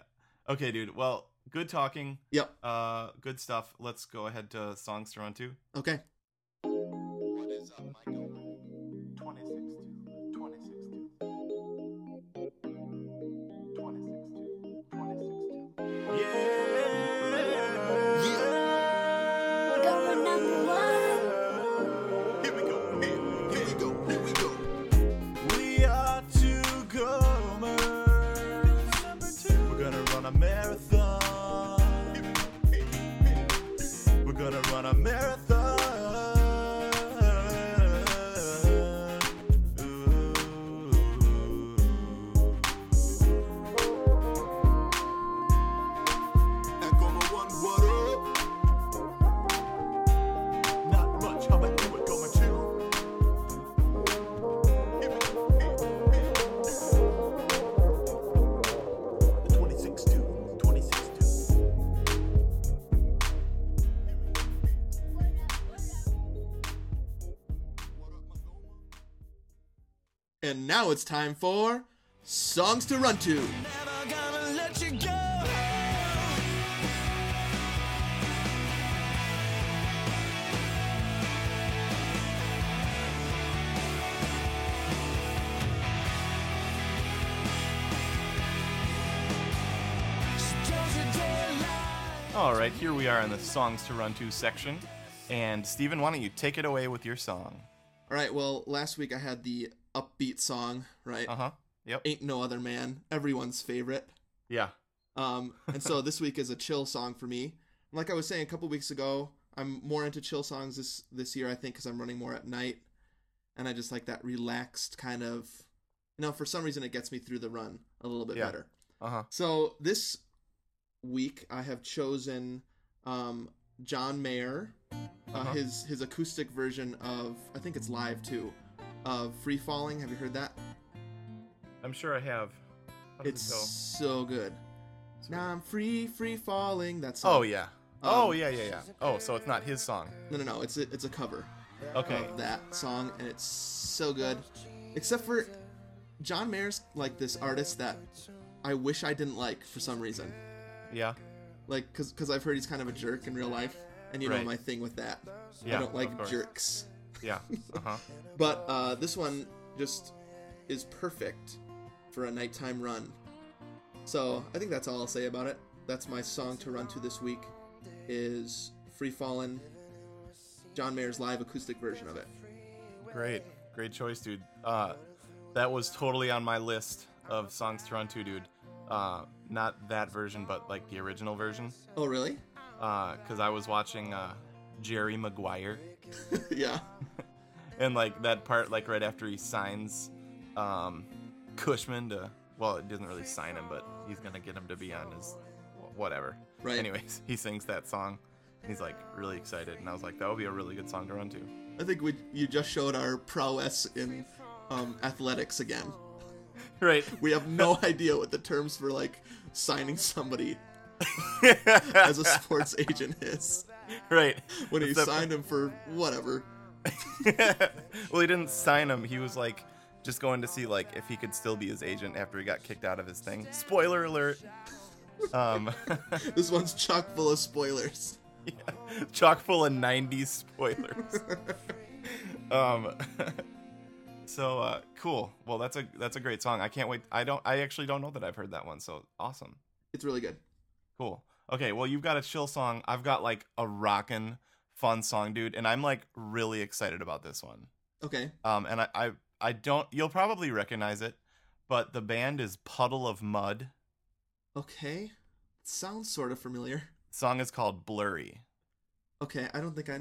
Okay, dude. Well, good talking.
Yep.
Uh, good stuff. Let's go ahead to songs to run to.
Okay.
What is up, Michael? 26 2. 26 2. 26 2. 26 2. Yeah!
We're going number one.
Here we go. Here, here we go.
Here we go.
We are two gomers. We're gonna run a marathon. We're gonna run a marathon. Ooh. Not much. How about you? We're going two. The 26 2. 26 2.
And now it's time for songs to run to.
Never gonna let you go. She tells you daylight.
All right, here we are in the songs to run to section. And Steven, why don't you take it away with your song?
All right. Well, last week I had the upbeat song, right?
Uh huh. Yep.
Ain't no other man, everyone's favorite.
Yeah.
Um, and
[laughs]
so this week is a chill song for me. And like I was saying a couple weeks ago, I'm more into chill songs this this year, I think, because I'm running more at night, and I just like that relaxed kind of. You know, for some reason, it gets me through the run a little bit
Yeah.
better.
Uh huh.
So this week I have chosen um, John Mayer, uh,
Uh-huh.
his his acoustic version of I think it's live too, of Free Falling. Have you heard that?
I'm sure I have. How does
It's
it go?
so good. Now I'm free, free falling. That's
Oh, yeah. oh, yeah, yeah, yeah. Oh, so it's not his song.
no no no. It's a, it's a cover
Okay.
of that song and it's so good, except for John Mayer's like this artist that I wish I didn't like for some reason.
Yeah.
like because because i've heard he's kind of a jerk in real life and you know
Right.
my thing with that
Yeah,
i don't
of
like
course.
jerks
Yeah. Uh huh.
but uh this one just is perfect for a nighttime run so i think that's all i'll say about it that's my song to run to this week is Free Fallen, John Mayer's live acoustic version of it.
Great, great choice, dude. Uh, that was totally on my list of songs to run to, dude. Uh, not that version, but like the original version,
Oh, really? [laughs]
because I was watching uh, Jerry Maguire,
yeah.
and like that part, like right after he signs um, Cushman to, well, it doesn't really sign him, but he's gonna get him to be on his, whatever.
Right.
Anyways, [laughs] he sings that song. He's like really excited, and I was like, that would be a really good song to run to.
I think we you just showed our prowess in um, athletics again.
Right.
We have no [laughs] idea what the terms for like signing somebody as a
[laughs]
sports agent is.
[laughs] right.
When he
It's that-
signed him for whatever.
[laughs] well, he didn't sign him. He was like just going to see like if he could still be his agent after he got kicked out of his thing. Spoiler alert. Um, [laughs]
This one's chock full of spoilers.
yeah, chock full of
[laughs]
'90s spoilers. um, [laughs] so uh, cool. Well, that's a that's a great song. I can't wait. I don't. I actually don't know that I've heard that one. So awesome.
It's really good.
Cool. Okay, well, you've got a chill song. I've got like a rockin' fun song, dude, and I'm like really excited about this one.
Okay.
Um, and I, I, I don't. You'll probably recognize it, but the band is Puddle of Mud.
Okay. Sounds sort of familiar.
Song is called Blurry.
Okay, I don't think I.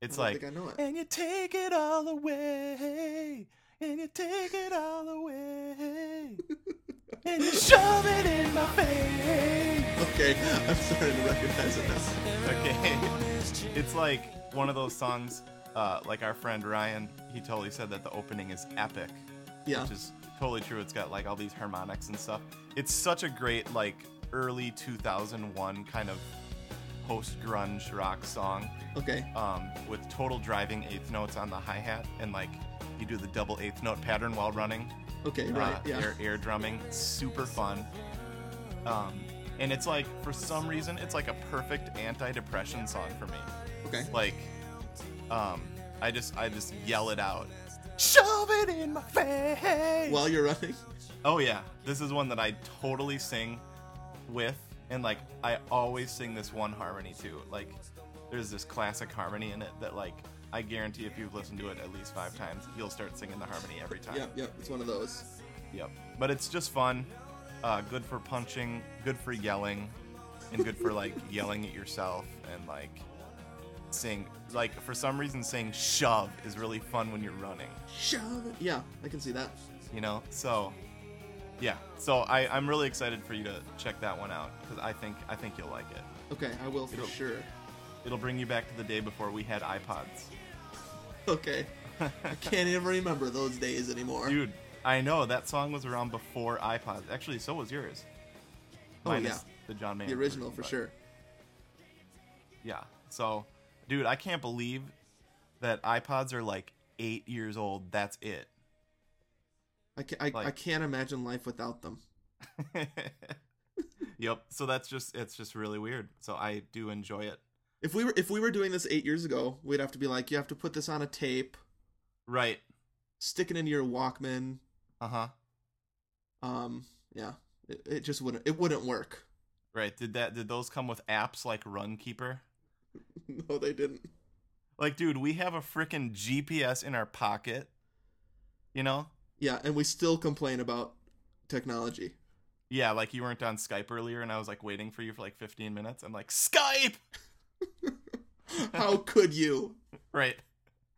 It's
I don't
like,
think I know it.
and you take it all away, and you take it all away, and you shove it in my face.
Okay, [laughs] I'm starting to recognize it now.
Okay. [laughs] It's like one of those songs, uh, like our friend Ryan, he totally said that the opening is epic,
Yeah.
which is totally true. It's got like all these harmonics and stuff. It's such a great, like, early 2001 kind of post grunge rock song
Okay.
um, with total driving eighth notes on the hi hat and like you do the double eighth note pattern while running
Okay.
uh,
Right. yeah.
air, air drumming. Super fun. Um, and it's like, for some reason, it's like a perfect anti depression song for me.
Okay.
Like, um, I just, I just yell it out. Shove it in my face.
While you're running. [laughs]
oh yeah, this is one that I totally sing with, and like, I always sing this one harmony too. Like, there's this classic harmony in it that like, I guarantee if you've listened to it at least five times, you'll start singing the harmony every time.
Yep. Yep. It's one of those.
Yep. But it's just fun. Uh, good for punching, good for yelling, and good for like yelling at yourself and like saying like for some reason saying shove is really fun when you're running,
Shove it. Yeah, I can see that.
you know? So yeah. So I, I'm really excited for you to check that one out because I think I think you'll like it.
Okay, I will for
It'll-
sure. [laughs]
It'll bring you back to the day before we had iPods.
Okay.
[laughs]
I can't even remember those days anymore.
Dude, I know that song was around before iPods. Actually, so was yours.
Oh,
Minus
yeah.
the John Mayer.
the original
version,
for
but-
sure.
Yeah. So, dude, I can't believe that iPods are like eight years old. That's it. [laughs]
I can't, I, I
like-
can't imagine life without them.
yep. So that's just it's just really weird. So I do enjoy it.
If we were if we were doing this eight years ago, we'd have to be like, you have to put this on a tape,
Right.
stick it into your Walkman.
Uh huh.
Um, yeah, it, it just wouldn't it wouldn't work. [laughs]
Right. Did that? Did those come with apps like Runkeeper?
No, they didn't.
Like, dude, we have a freaking GPS in our pocket. You know?
Yeah, and we still complain about technology. [gasps]
Yeah. Like you weren't on Skype earlier, and I was like waiting for you for like 15 minutes. I'm like Skype.
How could you?
Right.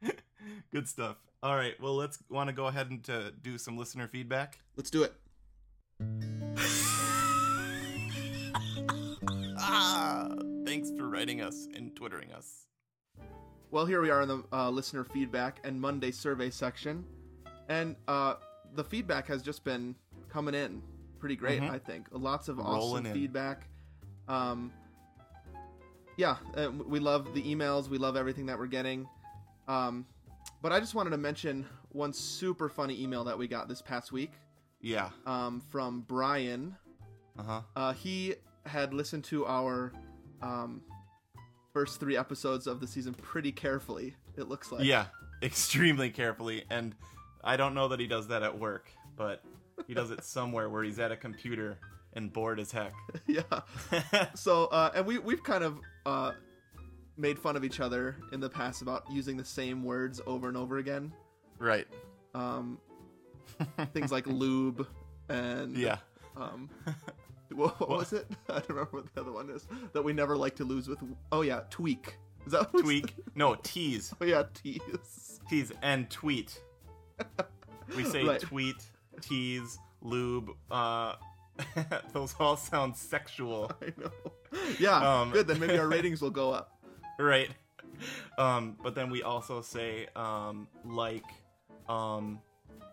[laughs] Good stuff. All right. Well, let's want to go ahead and to do some listener feedback.
Let's do it.
Ah, thanks for writing us and twittering us.
Well, here we are in the uh, listener feedback and Monday survey section, and uh, the feedback has just been coming in pretty great. I think lots of awesome
Mm-hmm. Rolling in.
feedback. Um, yeah, uh, we love the emails. We love everything that we're getting. Um, but I just wanted to mention one super funny email that we got this past week
Yeah.
um, from Brian.
Uh huh.
Uh, he had listened to our um, first three episodes of the season pretty carefully. It looks like.
Yeah. [laughs] Extremely carefully, and I don't know that he does that at work, but he does it somewhere where he's at a computer and bored as heck.
[laughs]
[laughs]
yeah. So, uh, and we we've kind of uh, made fun of each other in the past about using the same words over and over again.
right.
Um, things
[laughs]
like lube and
Yeah.
Um,
[laughs]
what, what was it? [laughs] I don't remember what the other one is that we never like to lose with. Oh yeah, tweak. Is that what
Tweak. No, tease.
[laughs] Oh yeah, tease. [laughs]
Tease and tweet. We say
Right.
tweet, tease, lube. Uh, [laughs] those all sound sexual.
I know. Yeah,
Um,
good. Then
[laughs]
maybe our ratings will go up.
right um but then we also say um like um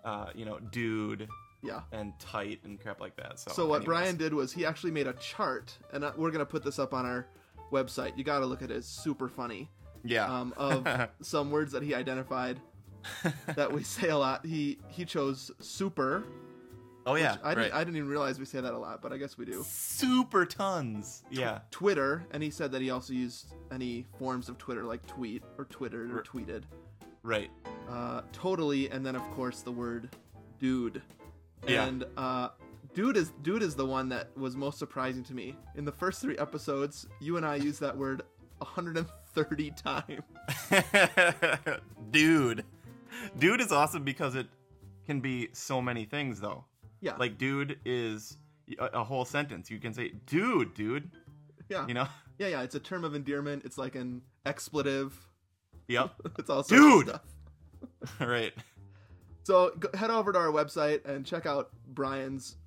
uh you know dude
Yeah.
and tight and crap like that so
So what
anyways.
Brian did was he actually made a chart, and uh, we're gonna put this up on our website. You gotta look at it; it's super funny.
yeah
Um, of
[laughs]
some words that he identified that we say a lot. He he chose super.
oh yeah
I
right.
didn't I didn't even realize we say that a lot, but I guess we do.
super tons yeah
Twitter, and he said that he also used any forms of Twitter like tweet or twittered or
R-
tweeted.
right
Uh, totally, and then of course the word dude.
Yeah.
And uh, dude is dude is the one that was most surprising to me. In the first three episodes, you and I used that word 130 times.
[laughs]
[laughs]
dude dude is awesome because it can be so many things though
Yeah.
like dude is a, a whole sentence you can say dude dude
yeah.
you
[laughs]
know
Yeah, yeah. It's a term of endearment. It's like an expletive. [laughs]
yep
It's all sorts
Dude!
Of stuff.
right
So go, head over to our website and check out Brian's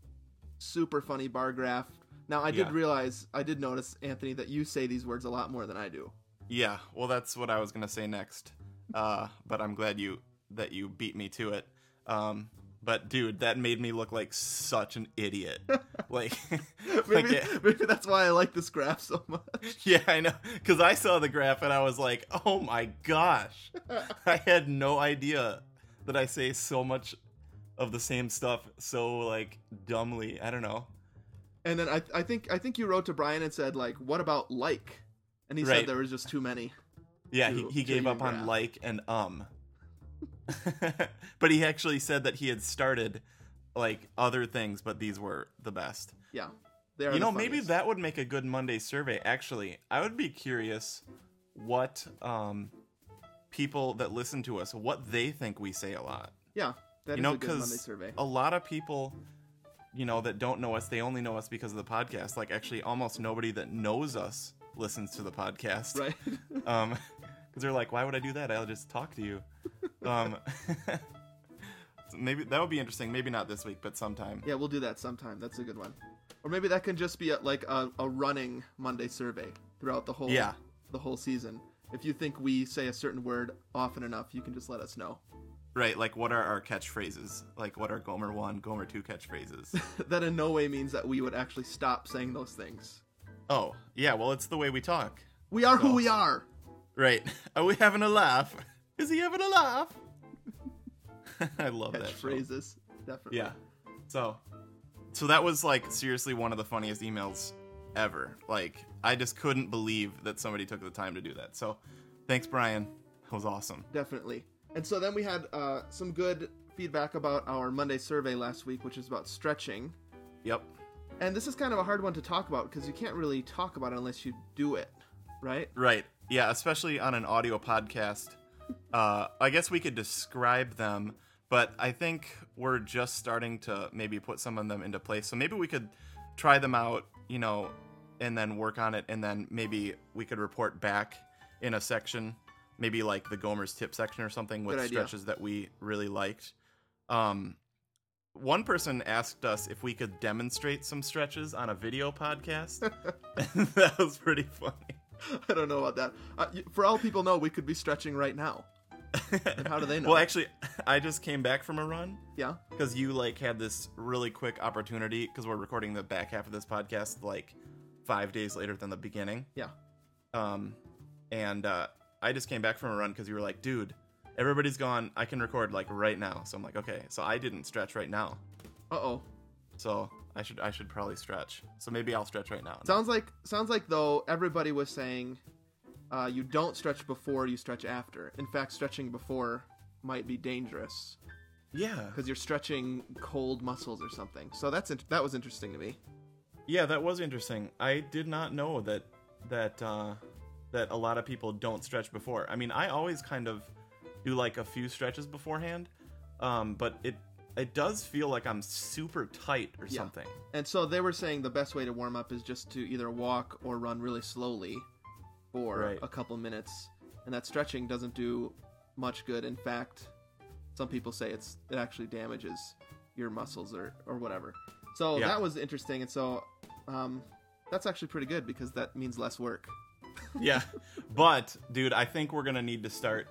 super funny bar graph. Now I did
Yeah.
realize I did notice Anthony that you say these words a lot more than I
[laughs]
do.
Yeah, well, that's what I was gonna say next, uh, but I'm glad you that you beat me to it. Um, but dude, that made me look like such an idiot.
[laughs]
like, [laughs] like
Maybe,
it-
maybe that's why I like this graph so much.
[laughs] yeah, I know, because I saw the graph and I was like, oh my
[laughs]
gosh, I had no idea that I say so much of the same stuff so like dumbly. I don't know.
And then I, I think I think you wrote to Brian and said like, "What about like?" And he
Right.
said there was just too many.
Yeah,
to-
he, he
to
gave
your
up on
graph.
like and um. [laughs] but he actually said that he had started like other things, but these were the best.
Yeah, they are.
you
the
know, maybe
funniest.
that would make a good Monday survey. Actually, I would be curious what um people that listen to us what they think we say a lot.
Yeah, that is
you know,
a good Monday
because
survey.
a lot of people, you know, that don't know us, they only know us because of the podcast. Like, actually, almost nobody that knows us listens to the podcast [laughs]
Right. [laughs]
um because they're like why would i do that i'll just talk to
[laughs]
you um [laughs] so maybe that would be interesting maybe not this week but sometime
yeah, we'll do that sometime. That's a good one. Or maybe that can just be a, like a, a running Monday survey throughout the whole
Yeah.
the whole season. If you think we say a certain word often enough, you can just let us know. [laughs]
right like what are our catchphrases like what are gomer 1 gomer 2 catchphrases [laughs]
that in no way means that we would actually stop saying those things.
oh yeah well it's the way we talk
We are who
No.
we are.
right [laughs] are we having a laugh is he having a laugh [laughs] i love that show.
Catchphrases, definitely.
yeah so so that was like seriously one of the funniest emails ever like i just couldn't believe that somebody took the time to do that so thanks brian that was awesome
definitely. And so then we had uh, some good feedback about our Monday survey last week, which is about stretching.
yep
And this is kind of a hard one to talk about because you can't really talk about it unless you do it, right? [laughs]
right yeah especially on an audio podcast uh i guess we could describe them but i think we're just starting to maybe put some of them into place so maybe we could try them out you know and then work on it and then maybe we could report back in a section maybe like the gomer's tip section or something with
Good idea.
stretches that we really liked um one person asked us if we could demonstrate some stretches on a
[laughs]
video podcast [laughs] that was pretty funny
I don't know about that. Uh, y- for all people know, we could be stretching right now. And how do
[laughs]
they know?
Well, actually, I just came back from a run
yeah.
because you like had this really quick opportunity because we're recording the back half of this podcast like five days later than the beginning.
Yeah.
Um, and uh, I just came back from a run because you were like, "Dude, everybody's gone. I can record like right now." So I'm like, "Okay." So I didn't stretch right now.
Uh oh.
So I should I should probably stretch. So maybe I'll stretch right now.
Sounds like sounds like though everybody was saying, uh, you don't stretch before, you stretch after. In fact, stretching before might be dangerous
yeah.
because you're stretching cold muscles or something. So that's int- that was interesting to me.
yeah, that was interesting. I did not know that that uh, that a lot of people don't stretch before. I mean, I always kind of do like a few stretches beforehand, um, but it it does feel like I'm super tight or
Yeah. [laughs]
something.
And so they were saying the best way to warm up is just to either walk or run really slowly for
Right.
a couple minutes. And that stretching doesn't do much good. In fact, some people say it's it actually damages your muscles or, or whatever. So
Yeah.
that was interesting. And so um, that's actually pretty good because that means less work.
yeah. But dude, I think we're gonna need to start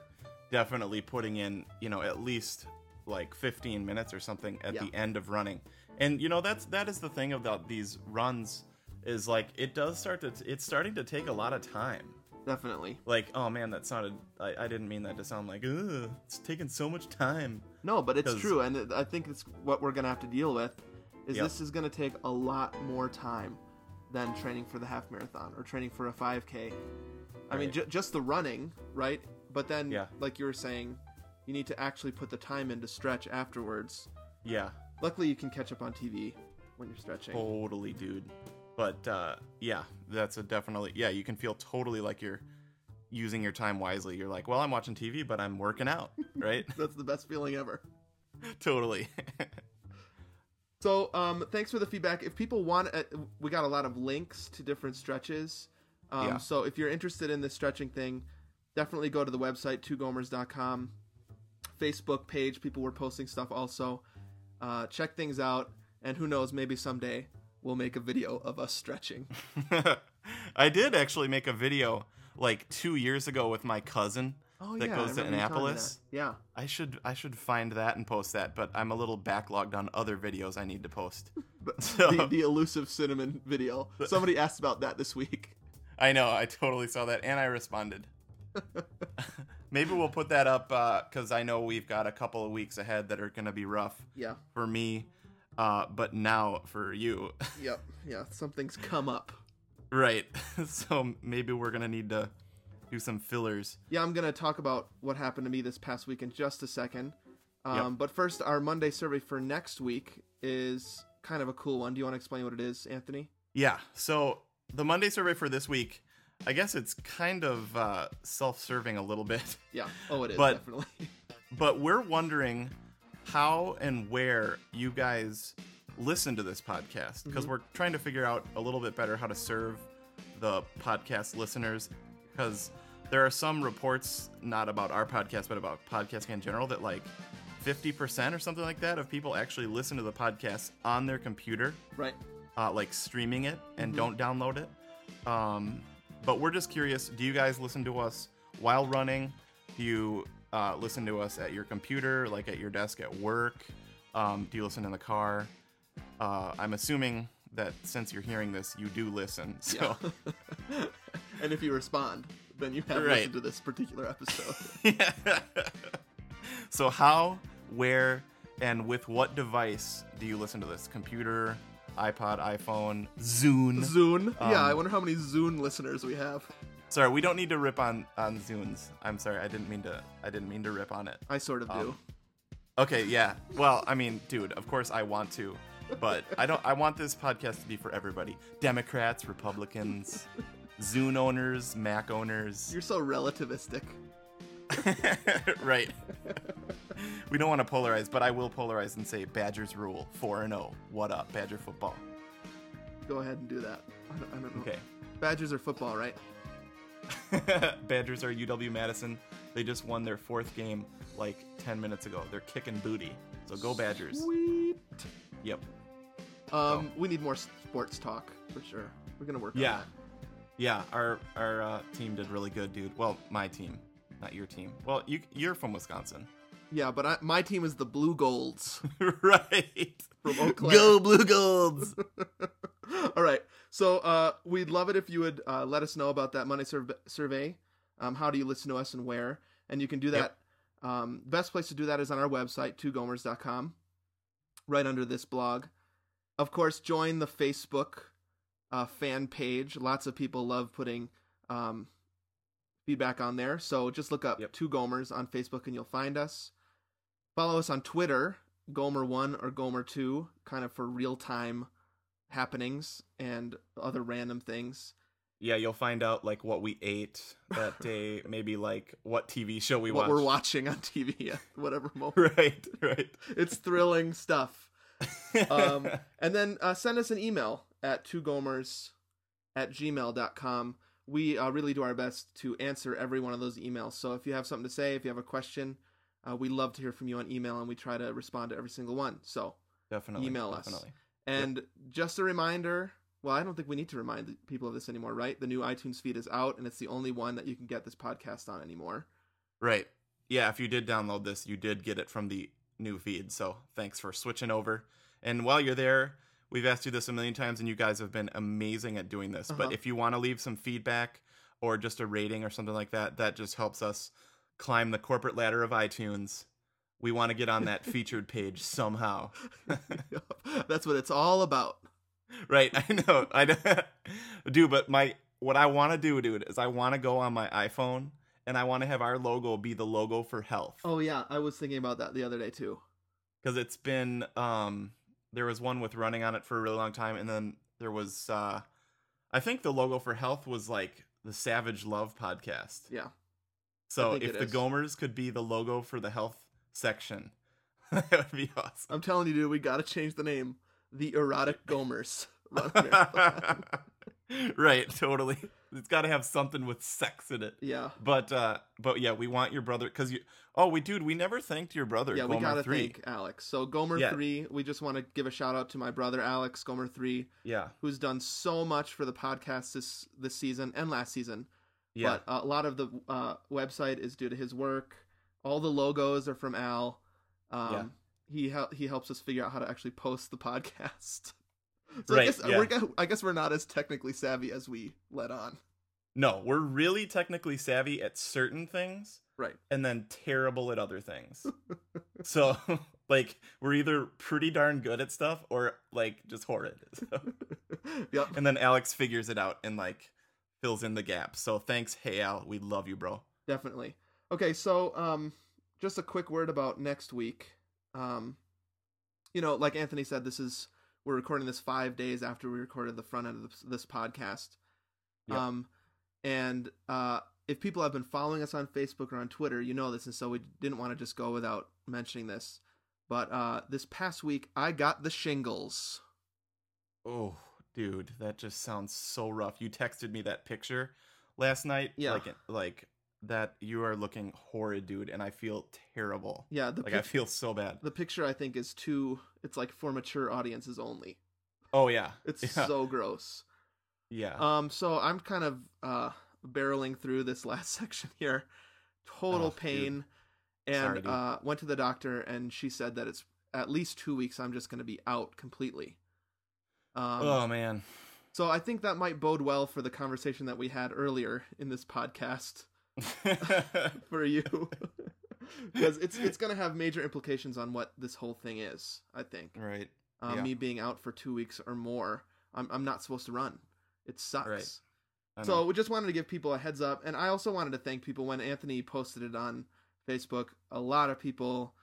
definitely putting in, you know, at least like 15 minutes or something at
Yeah.
the end of running. And you know, that's that is the thing about these runs is like it does start to it's starting to take a lot of time.
Definitely.
Like, oh man, that sounded I, I didn't mean that to sound like, Ugh, it's taking so much time.
No, but it's
'Cause-
true, and it- I think it's what we're gonna have to deal with. Is
Yep.
this is gonna take a lot more time than training for the half marathon or training for a 5K. I mean,
Right.
ju- just the running, right? But then,
Yeah.
like you were saying, you need to actually put the time in to stretch afterwards.
Yeah.
Luckily, you can catch up on TV when you're stretching.
Totally, dude.
But uh, yeah, that's a definitely yeah. You can feel totally like you're using your time wisely. You're like, well, I'm watching TV, but I'm working
[laughs]
out, right? [laughs]
That's the best feeling ever.
totally. [laughs]
So, um, thanks for the feedback. If people want, uh, we got a lot of links to different stretches. Um,
Yeah.
So, if you're interested in this stretching thing, definitely go to the website, twogomers.com. Facebook page, people were posting stuff also. Uh, check things out. And who knows, maybe someday we'll make a video of us
[laughs]
stretching.
I did actually make a video like two years ago with my cousin that
I
goes to
Oh, remember you telling me
Annapolis.
that. Yeah.
I should I should find that and post that, but I'm a little backlogged on other videos I need to post. [laughs]
But
So-
the, the elusive cinnamon video.
[laughs]
Somebody asked about that this week.
I know, I totally saw that and I responded. [laughs] Maybe we'll put that up because I know we've got a couple of weeks ahead that are going to be rough
Yeah.
for me, uh, but now for you. [laughs]
Yep. Yeah. Something's come up.
right. [laughs] so maybe we're going to need to do some fillers.
Yeah, I'm gonna talk about what happened to me this past week in just a second. Um, But first, our Monday survey for next week is kind of a cool one. Do you want to explain what it is, Anthony?
Yeah. So the Monday survey for this week, I guess it's kind of uh, self serving a little bit, [laughs]
Yeah. Oh, it is
But-
definitely. [laughs]
but we're wondering how and where you guys listen to this podcast because we're trying to figure out a little bit better how to serve the podcast listeners because there are some reports not about our podcast but about podcasting in general that like 50% or something like that of people actually listen to the podcast on their computer
right.
uh, like streaming it and don't download it. Um, but we're just curious do you guys listen to us while running? Do you uh, listen to us at your computer, like at your desk at work? Um, do you listen in the car? Uh, I'm assuming that since you're hearing this, you do listen. [laughs] So,
And if you respond, then you have
Right.
listened to this particular episode.
so how, where, and with what device do you listen to this? Computer, iPod, iPhone, [laughs] Zune. Um,
Zune. yeah, I wonder how many Zune listeners we have.
Sorry, we don't need to rip on on Zunes. I'm sorry, I didn't mean to. I didn't mean to rip on it.
I sort of
um,
do.
Okay, yeah. Well, I mean, dude, of course I want to, but I don't. I want this podcast to be for everybody: Democrats, Republicans, Zune owners, Mac owners. [laughs]
You're so relativistic.
right. we don't want to polarize, but I will polarize and say Badgers rule. Four and zero. What up, Badger football?
Go ahead and do that. I don't, I don't know.
Okay.
Badgers are football, right?
[laughs] Badgers are UW Madison. They just won their fourth game like 10 minutes ago. They're kicking booty. So go Badgers.
Sweet.
Yep.
Um, we need more sports talk for sure. We're gonna work.
Oh. Yeah.
On
Yeah, our our uh, team did really good, dude. Well, my team, not your team. Well, you you're from Wisconsin. [laughs]
that. Yeah, but I, my team is the Blue Golds.
right.
From Eau Claire.
Go Blue Golds.
[laughs] All right. So uh, we'd love it if you would uh, let us know about that Monday surv- survey. Um, how do you listen to us and where? And you can do that. Um, best place to do that is on our website, twogomers.com, right under this blog. Of course, join the Facebook uh, fan page. Lots of people love putting um, feedback on there. So just look up
Yep.
Two Gomers on Facebook and you'll find us. Follow us on Twitter, Gomer1 or Gomer2, kind of for real time happenings and other random things.
Yeah, you'll find out like what we ate
[laughs]
that day, maybe like what TV show we
what
watched.
we're watching on
[laughs]
TV at whatever moment.
right, right.
it's thrilling stuff. Um, and then uh, send us an email at two gomers at gmail.com. We uh, really do our best to answer every one of those emails. So if you have something to say, if you have a question, uh, we love to hear from you on email and we try to respond to every single one. So,
[laughs] definitely
Email us.
definitely.
and just a reminder well, I don't think we need to remind the people of this anymore, right? The new iTunes feed is out and it's the only one that you can get this podcast on anymore.
Right. Yeah, if you did download this, you did get it from the new feed. So thanks for switching over. And while you're there, we've asked you this a million times, and you guys have been amazing at doing this.
Uh-huh.
But if you want to leave some feedback or just a rating or something like that, that just helps us climb the corporate ladder of iTunes. We want to get on that featured page somehow. [laughs]
[laughs] That's what it's all about.
Right, I know. [laughs] I know. do, but my what I want to do, dude, is I want to go on my iPhone and I want to have our logo be the logo for health.
Oh, yeah. I was thinking about that the other day, too.
because it's been um there was one with running on it for a really long time and then there was uh i think the logo for health was like the savage love podcast
Yeah.
so
think
if
it
the
is.
gomers could be the logo for the health section [laughs] that would be awesome [laughs]
I'm telling you, dude, we gotta change the name. The Erotic Gomers. [laughs] Run a [laughs] marathon.
right totally it's got to have something with sex in it
yeah.
but uh but yeah we want your brother because you oh we dude we never thanked your brother
Yeah, we
Gomer
gotta
three
thank Alex. So Gomer
Yeah.
three, we just want to give a shout out to my brother Alex Gomer three,
yeah
who's done so much for the podcast this this season and last season.
yeah
But uh, a lot of the uh, website is due to his work. All the logos are from Al. Um,
Yeah.
He hel- he helps us figure out how to actually post the [laughs] podcast. So I
Right,
guess, uh,
yeah.
we're, I guess we're not as technically savvy as we let on. [laughs]
No, we're really technically savvy at certain things
Right.
and then terrible at other [laughs] things. so, [laughs] like, we're either pretty darn good at stuff or like just horrid. [laughs] So-
yep.
and then Alex figures it out and like fills in the gap. So, thanks, hey Al, we love you, bro.
Definitely. Okay, so um, just a quick word about next week. Um, you know, like Anthony said, this is we're recording this five days after we recorded the front end of this, this podcast.
Yep.
Um, and uh, if people have been following us on Facebook or on Twitter, you know this, and so we didn't want to just go without mentioning this. But uh, this past week, I got the shingles.
Oh, dude, that just sounds so rough. You texted me that picture last night.
Yeah.
Like, like that you are looking horrid, dude, and I feel terrible.
Yeah, the
Like, I
pic-
feel so bad.
the picture I think is too. It's like for mature audiences only.
Oh, yeah.
It's
yeah.
so gross.
Yeah.
Um, so I'm kind of uh barreling through this [laughs] last section here. Total
Oh, dude.
pain.
Sorry,
And
dude.
uh went to the doctor and she said that it's at least two weeks I'm just gonna be out completely. Um
oh, man.
so I think that might bode well for the conversation that we had earlier in this podcast [laughs] for
[laughs]
you. Because it's it's gonna have major implications on what this whole thing is, I think.
[laughs] right.
Um,
Yeah.
me being out for two weeks or more. I'm I'm not supposed to run. It sucks.
Right. I
So
know.
we just wanted to give people a heads up, and I also wanted to thank people when Anthony posted it on Facebook. A lot of people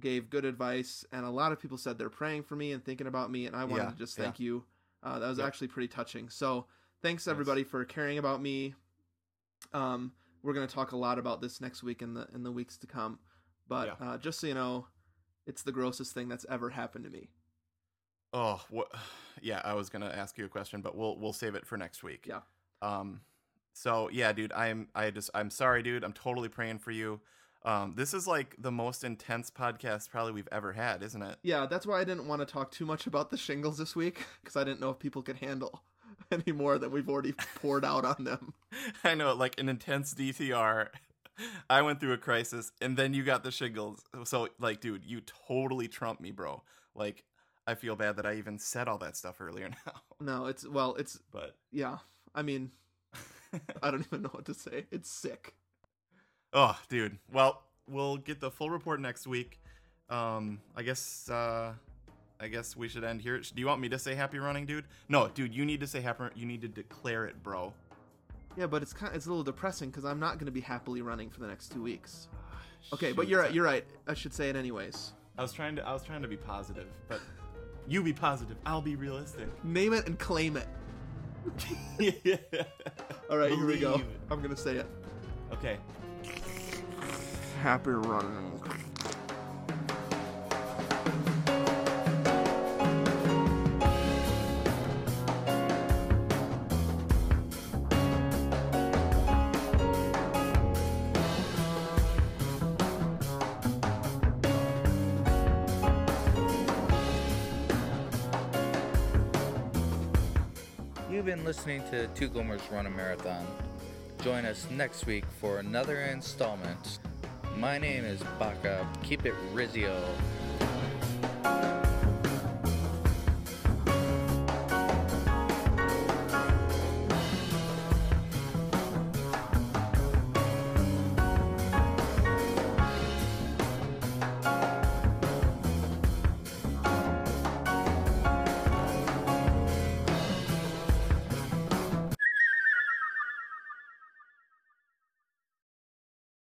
gave good advice, and a lot of people said they're praying for me and thinking about me, and I wanted
Yeah,
to just
yeah.
thank you. Uh, that was
Yep.
actually pretty touching. So thanks
Nice.
everybody for caring about me. Um, we're gonna talk a lot about this next week and the in the weeks to come, but
Yeah.
uh, just so you know, it's the grossest thing that's ever happened to me.
oh, what? [sighs] Yeah, I was gonna ask you a question, but we'll we'll save it for next week.
Yeah.
Um. So yeah, dude, I'm I just I'm sorry, dude. I'm totally praying for you. Um, this is like the most intense podcast probably we've ever had, isn't it? [laughs]
Yeah, that's why I didn't want to talk too much about the shingles this week because I didn't know if people could handle [laughs] any more than we've already poured out on them.
I know, like an intense DTR. [laughs] I went through a crisis, and then you got the shingles. So like, dude, you totally trumped me, bro. Like, I feel bad that I even said all that stuff earlier [laughs] now,
No, it's well, it's
but.
yeah. I mean, I don't even know what to say. It's sick.
Oh, dude. Well, we'll get the full report next week. Um, I guess uh, I guess we should end here. Do you want me to say happy running, dude? No, dude. You need to say happy. You need to declare it, bro.
Yeah, but it's kind it's a little depressing because I'm not going to be happily running for the next two weeks. Okay, but
Shoot,
you're
I-
right. You're right. I should say it anyways.
I was trying to. I was trying to be positive, but
You be positive. I'll be
[laughs]
realistic.
Name it and claim it. [laughs] All right, here we go.
Believe it.
I'm gonna say it.
Okay.
Happy running.
You've been listening to Two Gomers Run a Marathon. Join us next week for another installment. My name is Baka. Keep it Rizio.